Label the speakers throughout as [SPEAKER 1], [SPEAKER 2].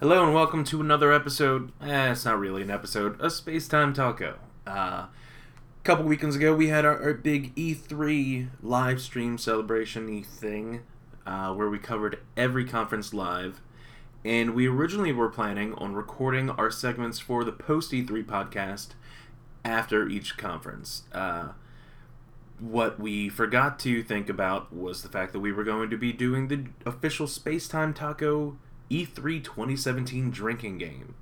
[SPEAKER 1] Hello and welcome to another episode. Eh, it's not really an episode. A space time taco. A uh, couple weekends ago, we had our, our big E3 live stream celebration thing, uh, where we covered every conference live, and we originally were planning on recording our segments for the post E3 podcast after each conference. Uh, what we forgot to think about was the fact that we were going to be doing the official Space Time Taco E E3 2017 drinking game.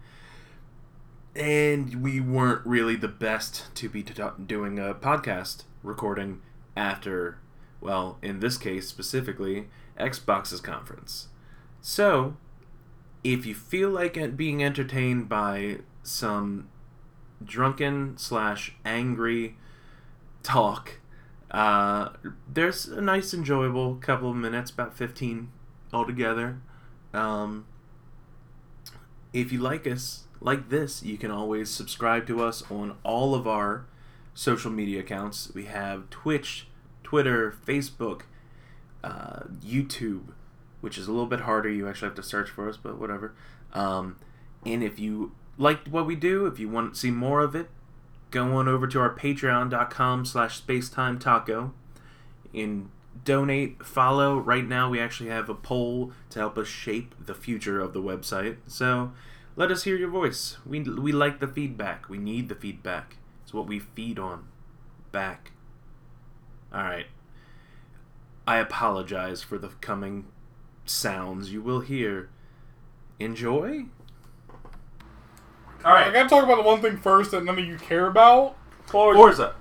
[SPEAKER 1] And we weren't really the best to be t- doing a podcast recording after, well, in this case specifically, Xbox's conference. So, if you feel like en- being entertained by some drunken slash angry talk, uh, there's a nice, enjoyable couple of minutes, about 15 altogether. Um, if you like us like this, you can always subscribe to us on all of our social media accounts. We have Twitch, Twitter, Facebook, uh, YouTube, which is a little bit harder. You actually have to search for us, but whatever. Um, and if you liked what we do, if you want to see more of it, go on over to our patreon.com slash spacetime taco and donate, follow. Right now, we actually have a poll to help us shape the future of the website. So let us hear your voice. We, we like the feedback. We need the feedback. It's what we feed on. Back. All right. I apologize for the coming sounds you will hear. Enjoy? All
[SPEAKER 2] I
[SPEAKER 1] right.
[SPEAKER 2] gotta talk about the one thing first that none of you care about. Forza.
[SPEAKER 1] Forza.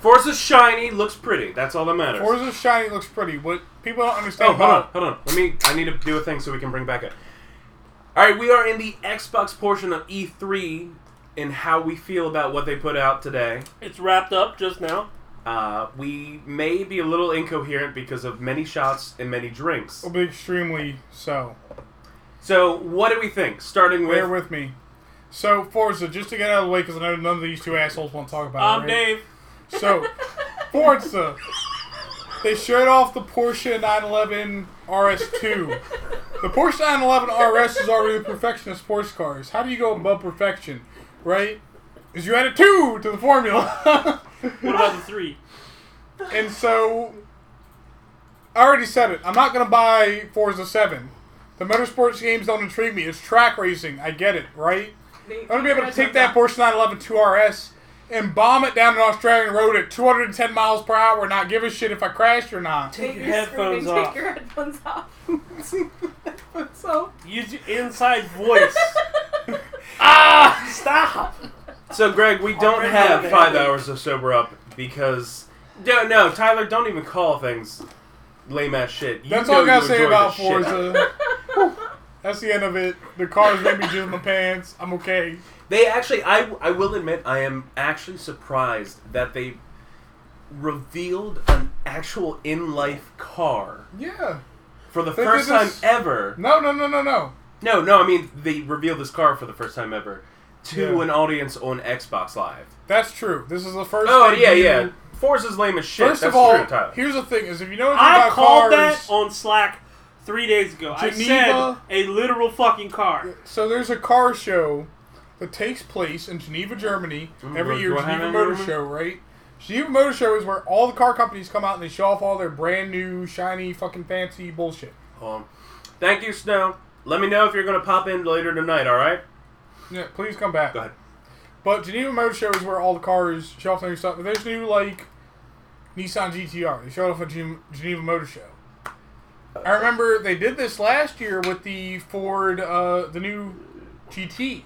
[SPEAKER 1] Forza's shiny, looks pretty. That's all that matters.
[SPEAKER 2] Forza's shiny looks pretty. What people don't understand
[SPEAKER 1] Oh, hold on,
[SPEAKER 3] Uh,
[SPEAKER 2] about
[SPEAKER 1] hold on. Let me. I need to do a thing so we can bring back it. All right, we are in the Xbox portion of E3 and how we feel about what they put out today.
[SPEAKER 3] It's wrapped up just now.
[SPEAKER 1] Uh, we may be a little incoherent because of many shots and many drinks.
[SPEAKER 3] Oh.
[SPEAKER 2] will be extremely so.
[SPEAKER 1] So, what do we think? Starting
[SPEAKER 2] Bear
[SPEAKER 1] with
[SPEAKER 2] with me. So Forza, just to get out of the way, because I know none of these two assholes want to talk about
[SPEAKER 3] I'm
[SPEAKER 2] it. right?
[SPEAKER 3] Dave.
[SPEAKER 2] So Forza, they showed off the Porsche 911 RS2. The Porsche 911 RS is already the perfection of sports cars. How do you go above perfection, right? Because you added two to the formula.
[SPEAKER 3] What about the three?
[SPEAKER 2] And so, I already said it. I'm not going to buy Forza 7. The motorsports games don't intrigue me. It's track racing. I get it, right? I'm going to be able to take that Porsche 911 2RS and bomb it down an Australian road at 210 miles per hour and not give a shit if I crashed or not.
[SPEAKER 3] Take your
[SPEAKER 4] You're
[SPEAKER 3] headphones
[SPEAKER 4] screaming,
[SPEAKER 3] off.
[SPEAKER 4] Take your headphones off. headphones off.
[SPEAKER 3] Use your inside voice.
[SPEAKER 2] Ah!
[SPEAKER 3] Stop.
[SPEAKER 1] so, Greg. We don't
[SPEAKER 3] Already
[SPEAKER 1] have
[SPEAKER 3] okay.
[SPEAKER 1] five hours of sober up because no, no, Tyler, don't even call things lame ass shit. You
[SPEAKER 2] That's
[SPEAKER 1] know
[SPEAKER 2] all I got
[SPEAKER 1] you
[SPEAKER 2] to say
[SPEAKER 1] enjoy this
[SPEAKER 2] about
[SPEAKER 1] shit.
[SPEAKER 2] Forza. That's the end of it. The cars made me jizz my pants. I'm okay.
[SPEAKER 1] They actually, I, I will admit, I am actually surprised that they revealed an actual in life car
[SPEAKER 2] Yeah.
[SPEAKER 1] for the
[SPEAKER 2] They did
[SPEAKER 1] first time
[SPEAKER 2] this-
[SPEAKER 1] ever.
[SPEAKER 2] No, no, no, no, no.
[SPEAKER 1] No, no, I mean, they revealed this car for the first time ever to
[SPEAKER 2] Yeah.
[SPEAKER 1] an audience on Xbox Live.
[SPEAKER 2] That's true. This is the first
[SPEAKER 1] Oh,
[SPEAKER 2] thing
[SPEAKER 1] yeah,
[SPEAKER 2] you-
[SPEAKER 1] yeah. Forza's lame as shit.
[SPEAKER 2] First
[SPEAKER 1] That's
[SPEAKER 2] of all,
[SPEAKER 1] true, Tyler.
[SPEAKER 2] here's the thing: is if you know anything
[SPEAKER 3] I
[SPEAKER 2] about
[SPEAKER 3] called
[SPEAKER 2] cars,
[SPEAKER 3] that on Slack three days ago.
[SPEAKER 2] Geneva.
[SPEAKER 3] I said a literal fucking car.
[SPEAKER 2] so there's a car show that takes place in Geneva, Germany every
[SPEAKER 1] Germany.
[SPEAKER 2] year.
[SPEAKER 1] What
[SPEAKER 2] Geneva
[SPEAKER 1] happened in
[SPEAKER 2] Motor
[SPEAKER 1] Germany?
[SPEAKER 2] Show, right? Geneva Motor Show is where all the car companies come out and they show off all their brand new, shiny, fucking fancy bullshit.
[SPEAKER 1] Hold on. Thank you, Snow. Let me know if you're going to pop in later tonight, alright?
[SPEAKER 2] Yeah, please come back.
[SPEAKER 1] Go ahead.
[SPEAKER 2] But Geneva Motor Show is where all the cars show off their stuff. But There's new like Nissan GTR. They showed off at Gen- Geneva Motor Show.
[SPEAKER 1] Uh,
[SPEAKER 2] I remember they did this last year with the Ford, uh, the new GT.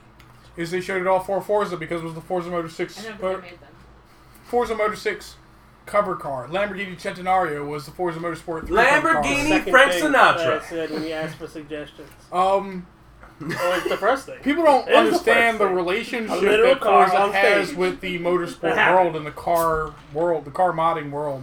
[SPEAKER 2] Is they showed it all for Forza because it was the Forza Motor
[SPEAKER 4] I
[SPEAKER 2] Six,
[SPEAKER 4] don't
[SPEAKER 2] Mo-
[SPEAKER 4] think I made them.
[SPEAKER 2] Forza Motor Six cover car. Lamborghini Centenario was the Forza Motorsport. 3 cover car.
[SPEAKER 1] Lamborghini?
[SPEAKER 3] Second
[SPEAKER 1] Frank
[SPEAKER 3] thing
[SPEAKER 1] Sinatra.
[SPEAKER 3] that I said when you asked for suggestions.
[SPEAKER 2] Um,
[SPEAKER 3] Oh, it's the first thing.
[SPEAKER 2] people don't
[SPEAKER 3] It is the
[SPEAKER 2] understand the
[SPEAKER 3] first thing.
[SPEAKER 2] relationship
[SPEAKER 3] A literal
[SPEAKER 2] that
[SPEAKER 3] car
[SPEAKER 2] Forza
[SPEAKER 3] on
[SPEAKER 2] has
[SPEAKER 3] stage.
[SPEAKER 2] with the motorsport
[SPEAKER 3] That happened.
[SPEAKER 2] world and the car world, the car modding world.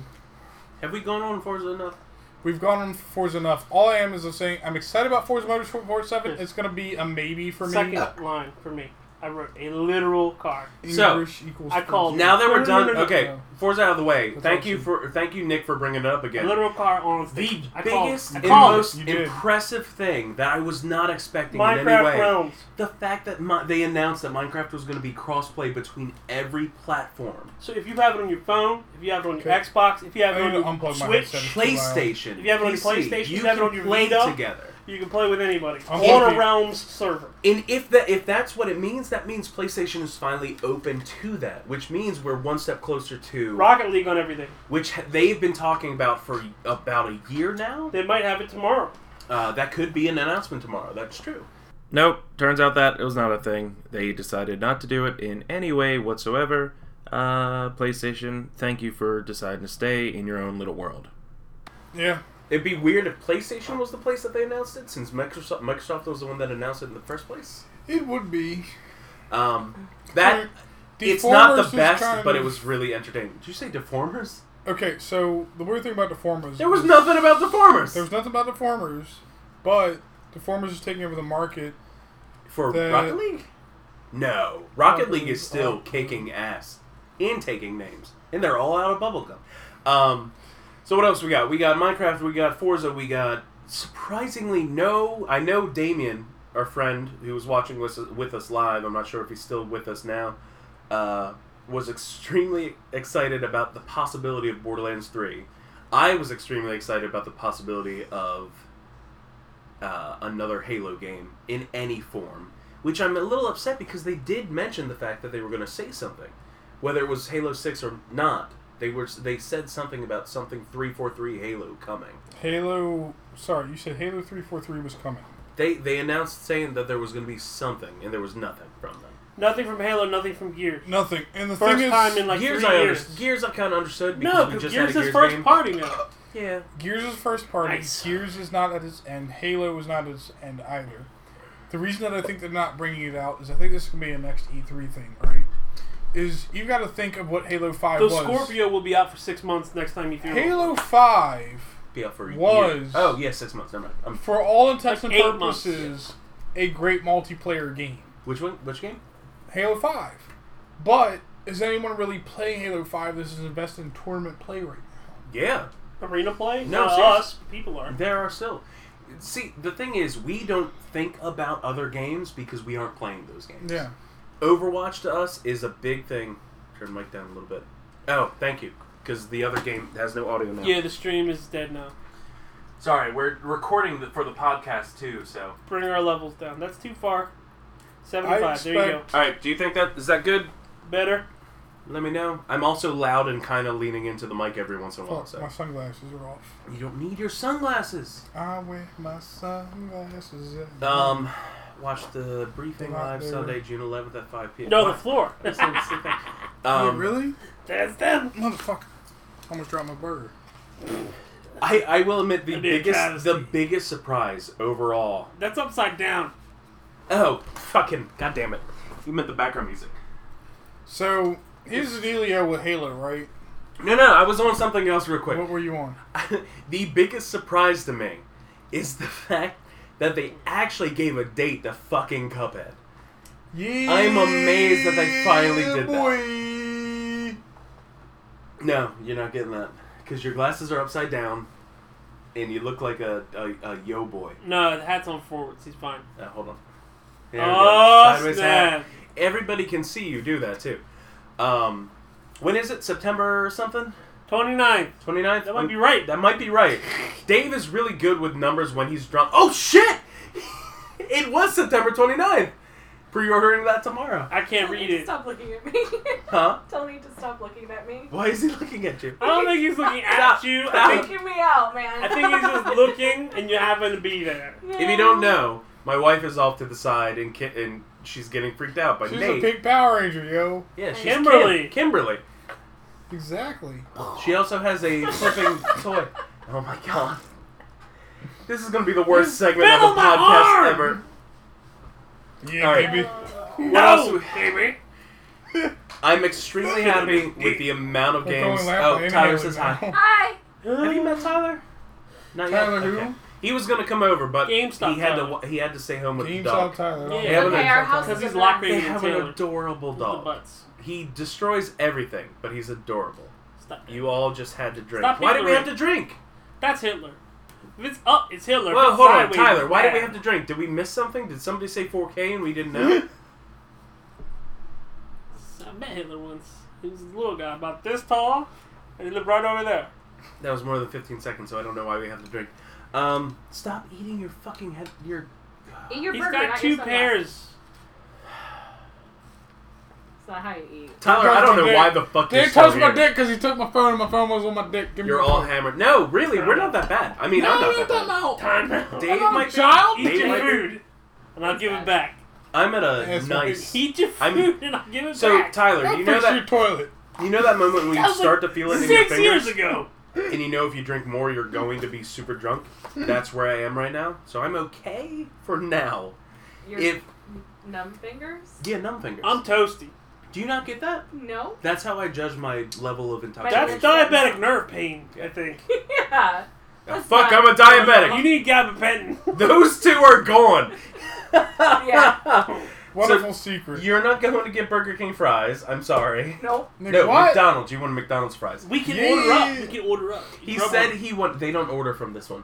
[SPEAKER 1] Have we gone on Forza enough?
[SPEAKER 2] We've gone on Forza enough. All I am is I'm saying I'm excited about Forza Motorsport 7. It's going to be a maybe for me.
[SPEAKER 3] Second line for me. I wrote a literal car.
[SPEAKER 1] So,
[SPEAKER 2] English equals.
[SPEAKER 3] I called-
[SPEAKER 2] French.
[SPEAKER 1] Now that we're
[SPEAKER 3] No, no,
[SPEAKER 1] done,
[SPEAKER 3] no, no,
[SPEAKER 1] okay,
[SPEAKER 2] no.
[SPEAKER 1] Forza out of the way.
[SPEAKER 2] That's
[SPEAKER 1] thank
[SPEAKER 2] awesome.
[SPEAKER 1] you for thank you, Nick, for bringing it up
[SPEAKER 3] A
[SPEAKER 1] again.
[SPEAKER 3] literal car on
[SPEAKER 1] the
[SPEAKER 3] stage. I called-
[SPEAKER 1] biggest
[SPEAKER 3] I
[SPEAKER 1] and
[SPEAKER 3] called it.
[SPEAKER 1] most
[SPEAKER 2] You did.
[SPEAKER 1] impressive thing that I was not expecting in any way.
[SPEAKER 3] Minecraft Realms.
[SPEAKER 1] The fact that Mi- they announced that Minecraft was going to be crossplay between every platform.
[SPEAKER 3] So if you have it on your phone, if you have it on your
[SPEAKER 2] Okay.
[SPEAKER 3] Xbox, if you have
[SPEAKER 2] I
[SPEAKER 3] it
[SPEAKER 2] need
[SPEAKER 3] on
[SPEAKER 2] to
[SPEAKER 3] your
[SPEAKER 2] unplug my headset. It's
[SPEAKER 3] Switch,
[SPEAKER 2] too loud.
[SPEAKER 1] PlayStation.
[SPEAKER 3] If you have it on your
[SPEAKER 1] PC,
[SPEAKER 3] PlayStation,
[SPEAKER 1] you
[SPEAKER 3] if you have it
[SPEAKER 1] can
[SPEAKER 3] on your
[SPEAKER 1] play
[SPEAKER 3] Vita.
[SPEAKER 1] together.
[SPEAKER 3] you can play with anybody
[SPEAKER 2] I'm
[SPEAKER 3] on
[SPEAKER 2] happy.
[SPEAKER 3] a Realms server.
[SPEAKER 1] And if that if that's what it means, that means PlayStation is finally open to that, which means we're one step closer to
[SPEAKER 3] Rocket League on everything.
[SPEAKER 1] which ha- they've been talking about for about a year now.
[SPEAKER 3] They might have it tomorrow.
[SPEAKER 1] Uh, that could be an announcement tomorrow. That's true. Nope. Turns out that it was not a thing. They decided not to do it in any way whatsoever. Uh, PlayStation, thank you for deciding to stay in your own little world.
[SPEAKER 2] Yeah.
[SPEAKER 1] It'd be weird if PlayStation was the place that they announced it, since Microsoft Microsoft was the one that announced it in the first place.
[SPEAKER 2] It would be.
[SPEAKER 1] Um, that
[SPEAKER 2] Deformers
[SPEAKER 1] it's not
[SPEAKER 2] is
[SPEAKER 1] the best,
[SPEAKER 2] kind
[SPEAKER 1] but
[SPEAKER 2] of-
[SPEAKER 1] it was really entertaining. Did you say Deformers?
[SPEAKER 2] Okay, so the weird thing about Deformers.
[SPEAKER 1] There was
[SPEAKER 2] is-
[SPEAKER 1] nothing about Deformers
[SPEAKER 2] There was nothing about Deformers, but Deformers is taking over the market.
[SPEAKER 1] for
[SPEAKER 2] the-
[SPEAKER 1] Rocket League. No, Rocket
[SPEAKER 2] Rocket
[SPEAKER 1] League
[SPEAKER 2] League. oh.
[SPEAKER 1] is still kicking ass and taking names, and they're all out of bubblegum. Um, so what else we got? We got Minecraft. We got Forza. We got surprisingly no. I know Damien, our friend who was watching with us, with us live. I'm not sure if he's still with us now. Uh, was extremely excited about the possibility of Borderlands Three. I was extremely excited about the possibility of uh, another Halo game in any form, which I'm a little upset because they did mention the fact that they were going to say something, whether it was Halo Six or not. They were they said something about something three four three Halo coming.
[SPEAKER 2] Halo. Sorry, you said Halo 343 was coming.
[SPEAKER 1] They they announced saying that there was going to be something, and there was nothing from them.
[SPEAKER 3] Nothing from Halo, nothing from Gears.
[SPEAKER 2] Nothing. And the
[SPEAKER 3] First
[SPEAKER 2] thing is,
[SPEAKER 3] time in like
[SPEAKER 1] Gears
[SPEAKER 3] three
[SPEAKER 1] I
[SPEAKER 3] years.
[SPEAKER 1] under- Gears I kind of understood because
[SPEAKER 3] no,
[SPEAKER 1] we
[SPEAKER 3] because
[SPEAKER 1] just
[SPEAKER 3] Gears
[SPEAKER 1] had a
[SPEAKER 3] is
[SPEAKER 1] Gears
[SPEAKER 3] first
[SPEAKER 1] game.
[SPEAKER 3] party now.
[SPEAKER 1] Yeah,
[SPEAKER 2] Gears is first party.
[SPEAKER 3] Nice.
[SPEAKER 2] Gears is not at its end. Halo is not at its end either. The reason that I think they're not bringing it out is I think this can be a next E3 thing, right? Is you've got to think of what Halo 5
[SPEAKER 3] So
[SPEAKER 2] was.
[SPEAKER 3] Scorpio will be out for six months next time you do
[SPEAKER 2] Halo 5
[SPEAKER 1] be out for a year.
[SPEAKER 2] Was-
[SPEAKER 1] Oh yeah, six months. Never mind. Um,
[SPEAKER 2] for all intents
[SPEAKER 3] Like
[SPEAKER 2] and
[SPEAKER 3] eight months,
[SPEAKER 2] purposes, a great multiplayer game.
[SPEAKER 1] which one? Which game?
[SPEAKER 2] Halo 5. But is anyone really playing Halo 5? This is invested in tournament play right now.
[SPEAKER 1] Yeah,
[SPEAKER 3] arena play.
[SPEAKER 1] No,
[SPEAKER 3] Not
[SPEAKER 1] seriously.
[SPEAKER 3] us people are.
[SPEAKER 1] There are still. See, the thing is, we don't think about other games because we aren't playing those games.
[SPEAKER 2] Yeah.
[SPEAKER 1] Overwatch to us is a big thing. Turn the mic down a little bit. Oh, thank you. Because the other game has no audio now.
[SPEAKER 3] Yeah, the stream is dead now.
[SPEAKER 1] Sorry, we're recording the, for the podcast too. So,
[SPEAKER 3] Bring our levels down. That's too far. Seventy-five. There you go.
[SPEAKER 2] expect-
[SPEAKER 1] all right. Do you think that is that good?
[SPEAKER 3] Better.
[SPEAKER 1] Let me know. I'm also loud and kind of leaning into the mic every once in a while.
[SPEAKER 2] Fuck,
[SPEAKER 1] So
[SPEAKER 2] Oh, my sunglasses are off.
[SPEAKER 1] you don't need your sunglasses.
[SPEAKER 2] I wear my sunglasses. every
[SPEAKER 1] Um, watch the briefing
[SPEAKER 2] They're not
[SPEAKER 1] live
[SPEAKER 2] there.
[SPEAKER 1] Sunday, June 11th at 5 p.m.
[SPEAKER 3] No, the floor. That's,
[SPEAKER 2] day.
[SPEAKER 1] Um,
[SPEAKER 2] Wait, really?
[SPEAKER 3] that's them.
[SPEAKER 2] Motherfucker. I almost dropped my burger.
[SPEAKER 1] I, I will admit the
[SPEAKER 3] That'd be a
[SPEAKER 1] biggest
[SPEAKER 3] travesty.
[SPEAKER 1] the biggest surprise overall.
[SPEAKER 3] That's upside down.
[SPEAKER 1] Oh, fucking goddamn it! You meant the background music.
[SPEAKER 2] So, here's the dealio with Halo, right?
[SPEAKER 1] No, no, I was on something else real quick.
[SPEAKER 2] What were you on?
[SPEAKER 1] the biggest surprise to me is the fact that they actually gave a date to fucking Cuphead.
[SPEAKER 2] Yeah,
[SPEAKER 1] I'm amazed that they finally did that.
[SPEAKER 2] boy.
[SPEAKER 1] No, you're not getting that because your glasses are upside down, and you look like a a, a yo boy.
[SPEAKER 3] No, the hat's on forwards. He's fine.
[SPEAKER 1] Uh, hold on. There we go.
[SPEAKER 3] Oh
[SPEAKER 1] Sideways hat.
[SPEAKER 3] snap!
[SPEAKER 1] Everybody can see you do that too. Um, when is it? September or something?
[SPEAKER 3] 29th.
[SPEAKER 1] 29th?
[SPEAKER 3] That might be right.
[SPEAKER 1] That might be right. Dave is really good with numbers when he's drunk. Oh, shit! it was September 29th. Pre ordering that tomorrow.
[SPEAKER 3] I can't
[SPEAKER 4] Tell me
[SPEAKER 3] read
[SPEAKER 4] to
[SPEAKER 3] it.
[SPEAKER 4] Stop looking at me.
[SPEAKER 1] Huh?
[SPEAKER 4] Tell me to stop looking at me.
[SPEAKER 1] Why is he looking at you?
[SPEAKER 3] I don't think he's looking at
[SPEAKER 1] Stop.
[SPEAKER 3] you. I
[SPEAKER 1] Stop.
[SPEAKER 3] think
[SPEAKER 4] Freaking me out, man.
[SPEAKER 3] I think he's just looking, and you happen to be there.
[SPEAKER 1] If you don't know, my wife is off to the side and ki- and she's getting freaked out by
[SPEAKER 2] She's a
[SPEAKER 1] Nate.
[SPEAKER 2] big Power Ranger, yo.
[SPEAKER 1] yeah, she's
[SPEAKER 3] Kimberly.
[SPEAKER 1] Kim- Kimberly.
[SPEAKER 2] Exactly.
[SPEAKER 1] She also has a flipping toy. Oh my god. This is gonna be the worst segment
[SPEAKER 3] spit
[SPEAKER 1] of a
[SPEAKER 3] on my arm!
[SPEAKER 1] podcast ever.
[SPEAKER 2] Yeah,
[SPEAKER 1] All right.
[SPEAKER 2] baby.
[SPEAKER 1] else?
[SPEAKER 3] baby.
[SPEAKER 1] I'm extremely happy with the amount of
[SPEAKER 2] We're
[SPEAKER 1] games.
[SPEAKER 2] going loud
[SPEAKER 1] Oh,
[SPEAKER 2] on the
[SPEAKER 1] Tyler
[SPEAKER 2] internet
[SPEAKER 1] says
[SPEAKER 2] right
[SPEAKER 1] hi.
[SPEAKER 2] now.
[SPEAKER 4] Hi.
[SPEAKER 1] Have you met Tyler? Not
[SPEAKER 2] Tyler who?
[SPEAKER 1] Okay. He was gonna come over, but
[SPEAKER 3] GameStop
[SPEAKER 1] he had to
[SPEAKER 3] Tyler.
[SPEAKER 1] wa- he had to stay home with the
[SPEAKER 2] Teams
[SPEAKER 1] dog.
[SPEAKER 2] out Tyler.
[SPEAKER 3] Yeah.
[SPEAKER 2] Yeah.
[SPEAKER 1] They have,
[SPEAKER 4] Okay,
[SPEAKER 1] an,
[SPEAKER 4] our house
[SPEAKER 3] Because
[SPEAKER 4] is
[SPEAKER 3] he's
[SPEAKER 4] a
[SPEAKER 3] locked
[SPEAKER 4] mess.
[SPEAKER 1] they
[SPEAKER 3] Brady
[SPEAKER 1] have
[SPEAKER 3] and
[SPEAKER 1] an
[SPEAKER 3] Taylor.
[SPEAKER 1] adorable
[SPEAKER 3] With The
[SPEAKER 1] dog.
[SPEAKER 3] butts.
[SPEAKER 1] He destroys everything, but he's adorable.
[SPEAKER 3] Stop. that.
[SPEAKER 1] You all just had to drink.
[SPEAKER 3] Stop
[SPEAKER 1] why did we have
[SPEAKER 3] Hitler.
[SPEAKER 1] to drink?
[SPEAKER 3] That's Hitler. If it's up, it's Hitler. if
[SPEAKER 1] Well,
[SPEAKER 3] it's
[SPEAKER 1] hold on,
[SPEAKER 3] sideways,
[SPEAKER 1] Tyler.
[SPEAKER 3] it's
[SPEAKER 1] Why did
[SPEAKER 3] bad.
[SPEAKER 1] we have to drink? Did we miss something? Did somebody say 4K and we didn't know?
[SPEAKER 3] I met Hitler once. He was a little guy, about this tall, and he lived right over there.
[SPEAKER 1] that was more than 15 seconds, so I don't know why we have to drink. Um, stop eating your fucking head. Your
[SPEAKER 4] Eat your
[SPEAKER 3] He's
[SPEAKER 4] burger,
[SPEAKER 3] got
[SPEAKER 4] not
[SPEAKER 3] two
[SPEAKER 4] your sunglasses.
[SPEAKER 3] pairs.
[SPEAKER 4] It's not how you eat.
[SPEAKER 1] Tyler, I don't know why the fuck you're
[SPEAKER 2] Dave
[SPEAKER 1] still
[SPEAKER 2] touched my
[SPEAKER 1] here.
[SPEAKER 2] dick because he took my phone and my phone was on my dick. Give me
[SPEAKER 1] You're
[SPEAKER 2] my
[SPEAKER 1] all
[SPEAKER 2] phone.
[SPEAKER 1] hammered. No, really, we're not that bad. I mean,
[SPEAKER 2] No,
[SPEAKER 1] I'm
[SPEAKER 2] you're
[SPEAKER 1] not that
[SPEAKER 2] talking
[SPEAKER 1] bad.
[SPEAKER 2] about-
[SPEAKER 3] Time out.
[SPEAKER 1] Dave
[SPEAKER 2] I'm not
[SPEAKER 1] might
[SPEAKER 2] a child.
[SPEAKER 3] Eat your
[SPEAKER 1] Dave-
[SPEAKER 3] food, and I'll give it back.
[SPEAKER 1] I'm at a
[SPEAKER 2] Yes, we'll be-
[SPEAKER 1] nice.
[SPEAKER 3] Eat your
[SPEAKER 1] I'm-
[SPEAKER 3] food, and I'll give it
[SPEAKER 1] So
[SPEAKER 3] back.
[SPEAKER 1] Tyler,
[SPEAKER 2] Go
[SPEAKER 1] you know
[SPEAKER 2] fix your
[SPEAKER 1] that
[SPEAKER 2] toilet.
[SPEAKER 1] you know that moment when
[SPEAKER 3] That
[SPEAKER 1] you
[SPEAKER 3] was
[SPEAKER 1] start
[SPEAKER 3] like
[SPEAKER 1] to feel it in your
[SPEAKER 3] Six
[SPEAKER 1] fingers,
[SPEAKER 3] years ago.
[SPEAKER 1] and you know if you drink more, you're going to be super drunk. That's where I am right now. So I'm okay for now.
[SPEAKER 4] Your
[SPEAKER 1] If
[SPEAKER 4] numb fingers?
[SPEAKER 1] yeah, numb fingers.
[SPEAKER 3] I'm toasty.
[SPEAKER 1] Do you not get that?
[SPEAKER 4] No.
[SPEAKER 1] That's how I judge my level of
[SPEAKER 3] That's
[SPEAKER 1] intoxication.
[SPEAKER 4] But-
[SPEAKER 3] diabetic nerve pain, I think.
[SPEAKER 4] yeah.
[SPEAKER 1] Ah,
[SPEAKER 4] that's
[SPEAKER 1] fuck,
[SPEAKER 4] not-
[SPEAKER 1] I'm a
[SPEAKER 3] You
[SPEAKER 1] diabetic.
[SPEAKER 3] need gabapentin.
[SPEAKER 1] Those two are gone.
[SPEAKER 4] Yeah.
[SPEAKER 2] Wonderful secret.
[SPEAKER 1] You're not going to get Burger King fries. I'm sorry.
[SPEAKER 4] Nope.
[SPEAKER 2] Nick,
[SPEAKER 1] No,
[SPEAKER 2] what?
[SPEAKER 1] McDonald's. You want McDonald's fries?
[SPEAKER 3] We can
[SPEAKER 2] Yeah.
[SPEAKER 3] order up. We can order up.
[SPEAKER 1] He
[SPEAKER 3] Grubhub.
[SPEAKER 1] said he want. They don't order from this one.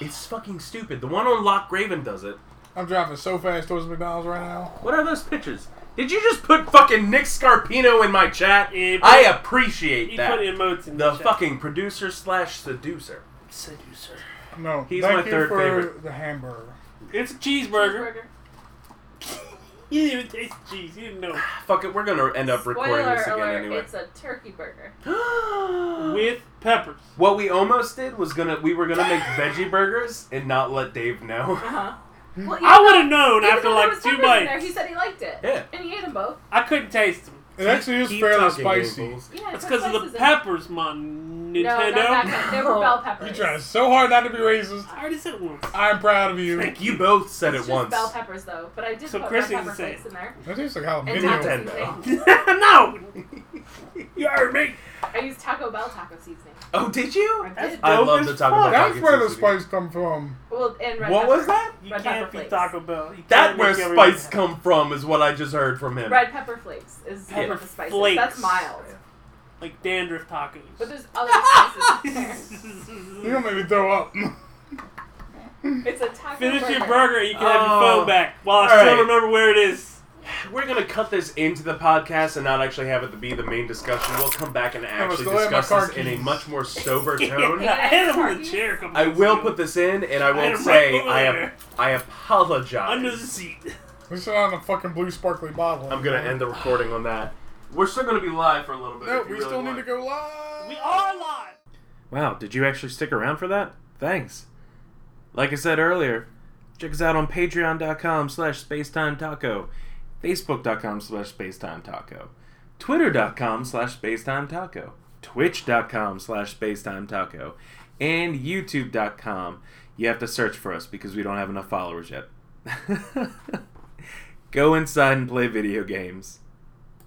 [SPEAKER 1] It's fucking stupid. The one on Lock Graven does it.
[SPEAKER 2] I'm driving so fast towards McDonald's right now.
[SPEAKER 1] What are those pictures? Did you just put fucking Nick Scarpino in my chat?
[SPEAKER 3] Yeah, he put-
[SPEAKER 1] I appreciate
[SPEAKER 3] he
[SPEAKER 1] that.
[SPEAKER 3] put emotes in
[SPEAKER 1] the
[SPEAKER 3] chat.
[SPEAKER 1] fucking producer slash seducer.
[SPEAKER 3] seducer.
[SPEAKER 2] No.
[SPEAKER 1] He's
[SPEAKER 2] Thank
[SPEAKER 1] my
[SPEAKER 2] you
[SPEAKER 1] third
[SPEAKER 2] for
[SPEAKER 1] favorite.
[SPEAKER 2] the hamburger.
[SPEAKER 3] It's a cheeseburger.
[SPEAKER 4] Cheeseburger.
[SPEAKER 3] You didn't even taste cheese. You didn't know.
[SPEAKER 1] Fuck it, we're gonna end up recording
[SPEAKER 4] Spoiler
[SPEAKER 1] this again
[SPEAKER 4] alert,
[SPEAKER 1] anyway.
[SPEAKER 4] it's a turkey burger.
[SPEAKER 3] With peppers.
[SPEAKER 1] what we almost did was gonna we were gonna make veggie burgers and not let Dave know.
[SPEAKER 4] Uh-huh. Well,
[SPEAKER 3] I would have known
[SPEAKER 4] even
[SPEAKER 3] after
[SPEAKER 4] though there
[SPEAKER 3] like
[SPEAKER 4] was
[SPEAKER 3] two
[SPEAKER 4] peppers in there,
[SPEAKER 3] bites.
[SPEAKER 4] he said he liked it.
[SPEAKER 1] Yeah.
[SPEAKER 4] And he ate them both.
[SPEAKER 3] I couldn't taste them.
[SPEAKER 2] It actually is
[SPEAKER 1] Keep
[SPEAKER 2] fairly
[SPEAKER 1] talking,
[SPEAKER 2] spicy.
[SPEAKER 1] Naples.
[SPEAKER 4] Yeah,
[SPEAKER 3] It's
[SPEAKER 4] it
[SPEAKER 3] because
[SPEAKER 4] has
[SPEAKER 3] of the
[SPEAKER 4] spices in it.
[SPEAKER 3] peppers, my Nintendo.
[SPEAKER 4] No, not that kind. They were bell peppers.
[SPEAKER 2] You're trying so hard not to be racist.
[SPEAKER 3] I already said once.
[SPEAKER 2] I'm proud of you.
[SPEAKER 1] You both said
[SPEAKER 4] It's
[SPEAKER 1] it
[SPEAKER 4] just
[SPEAKER 1] once.
[SPEAKER 4] bell peppers, though. But I did
[SPEAKER 3] So
[SPEAKER 4] put
[SPEAKER 3] Chris
[SPEAKER 4] red
[SPEAKER 3] needs
[SPEAKER 4] pepper
[SPEAKER 3] to say
[SPEAKER 4] flakes in there.
[SPEAKER 2] That tastes like
[SPEAKER 4] And
[SPEAKER 1] Video.
[SPEAKER 4] taco
[SPEAKER 2] jalapeno.
[SPEAKER 1] Nintendo.
[SPEAKER 4] seasoning.
[SPEAKER 3] no! You heard me.
[SPEAKER 4] I used Taco Bell taco seasoning.
[SPEAKER 1] oh, did you?
[SPEAKER 4] I did.
[SPEAKER 3] Uh,
[SPEAKER 1] I
[SPEAKER 3] Dope
[SPEAKER 1] love
[SPEAKER 3] as
[SPEAKER 1] the Taco Bell.
[SPEAKER 3] fuck.
[SPEAKER 2] That's
[SPEAKER 1] Tacos
[SPEAKER 2] where the
[SPEAKER 1] City.
[SPEAKER 2] spice come from.
[SPEAKER 4] well, and red
[SPEAKER 1] What
[SPEAKER 4] pepper.
[SPEAKER 1] was that?
[SPEAKER 3] You
[SPEAKER 4] Red
[SPEAKER 3] can't
[SPEAKER 4] pepper
[SPEAKER 3] be
[SPEAKER 4] flakes.
[SPEAKER 3] Taco Bell. You
[SPEAKER 1] That
[SPEAKER 3] can't
[SPEAKER 1] where
[SPEAKER 3] make everyone
[SPEAKER 1] spice
[SPEAKER 3] happy.
[SPEAKER 1] come from is what I just heard from him.
[SPEAKER 4] Red pepper flakes is
[SPEAKER 3] Pepper
[SPEAKER 4] one of the spices.
[SPEAKER 3] flakes.
[SPEAKER 4] That's mild.
[SPEAKER 3] Like dandruff tacos.
[SPEAKER 4] But there's other spices in there.
[SPEAKER 2] You're gonna make me throw up.
[SPEAKER 4] It's a taco
[SPEAKER 3] Finish
[SPEAKER 4] burger.
[SPEAKER 3] your burger. You can have your
[SPEAKER 1] Oh.
[SPEAKER 3] phone back. While I
[SPEAKER 1] All
[SPEAKER 3] still
[SPEAKER 1] right.
[SPEAKER 3] remember where it is.
[SPEAKER 1] We're gonna cut this into the podcast and not actually have it to be the main discussion. We'll come back and actually
[SPEAKER 2] still have my
[SPEAKER 1] discuss
[SPEAKER 2] car
[SPEAKER 1] this in a
[SPEAKER 2] keys.
[SPEAKER 1] much more sober
[SPEAKER 3] I
[SPEAKER 1] tone.
[SPEAKER 4] Yeah.
[SPEAKER 3] hit him with a chair. a couple
[SPEAKER 1] I
[SPEAKER 3] months
[SPEAKER 1] will
[SPEAKER 3] ago.
[SPEAKER 1] put this in, and I
[SPEAKER 3] Hit
[SPEAKER 1] will
[SPEAKER 3] him
[SPEAKER 1] say
[SPEAKER 3] right over
[SPEAKER 1] I am.
[SPEAKER 3] there.
[SPEAKER 1] I
[SPEAKER 3] under the
[SPEAKER 1] apologize.
[SPEAKER 3] seat.
[SPEAKER 2] This is on a fucking blue sparkly bottle.
[SPEAKER 1] I'm gonna end the recording on that. We're still gonna be live for a little bit.
[SPEAKER 2] No,
[SPEAKER 1] if you
[SPEAKER 2] we
[SPEAKER 1] really
[SPEAKER 2] still
[SPEAKER 1] want.
[SPEAKER 2] need to go live.
[SPEAKER 3] We are live.
[SPEAKER 1] Wow, did you actually stick around for that? Thanks. Like I said earlier, check us out on patreon.com slash spacetimetaco, facebook.com slash spacetimetaco, twitter.com slash spacetimetaco, twitch.com slash spacetimetaco, and youtube.com. You have to search for us because we don't have enough followers yet. Go inside and play video games.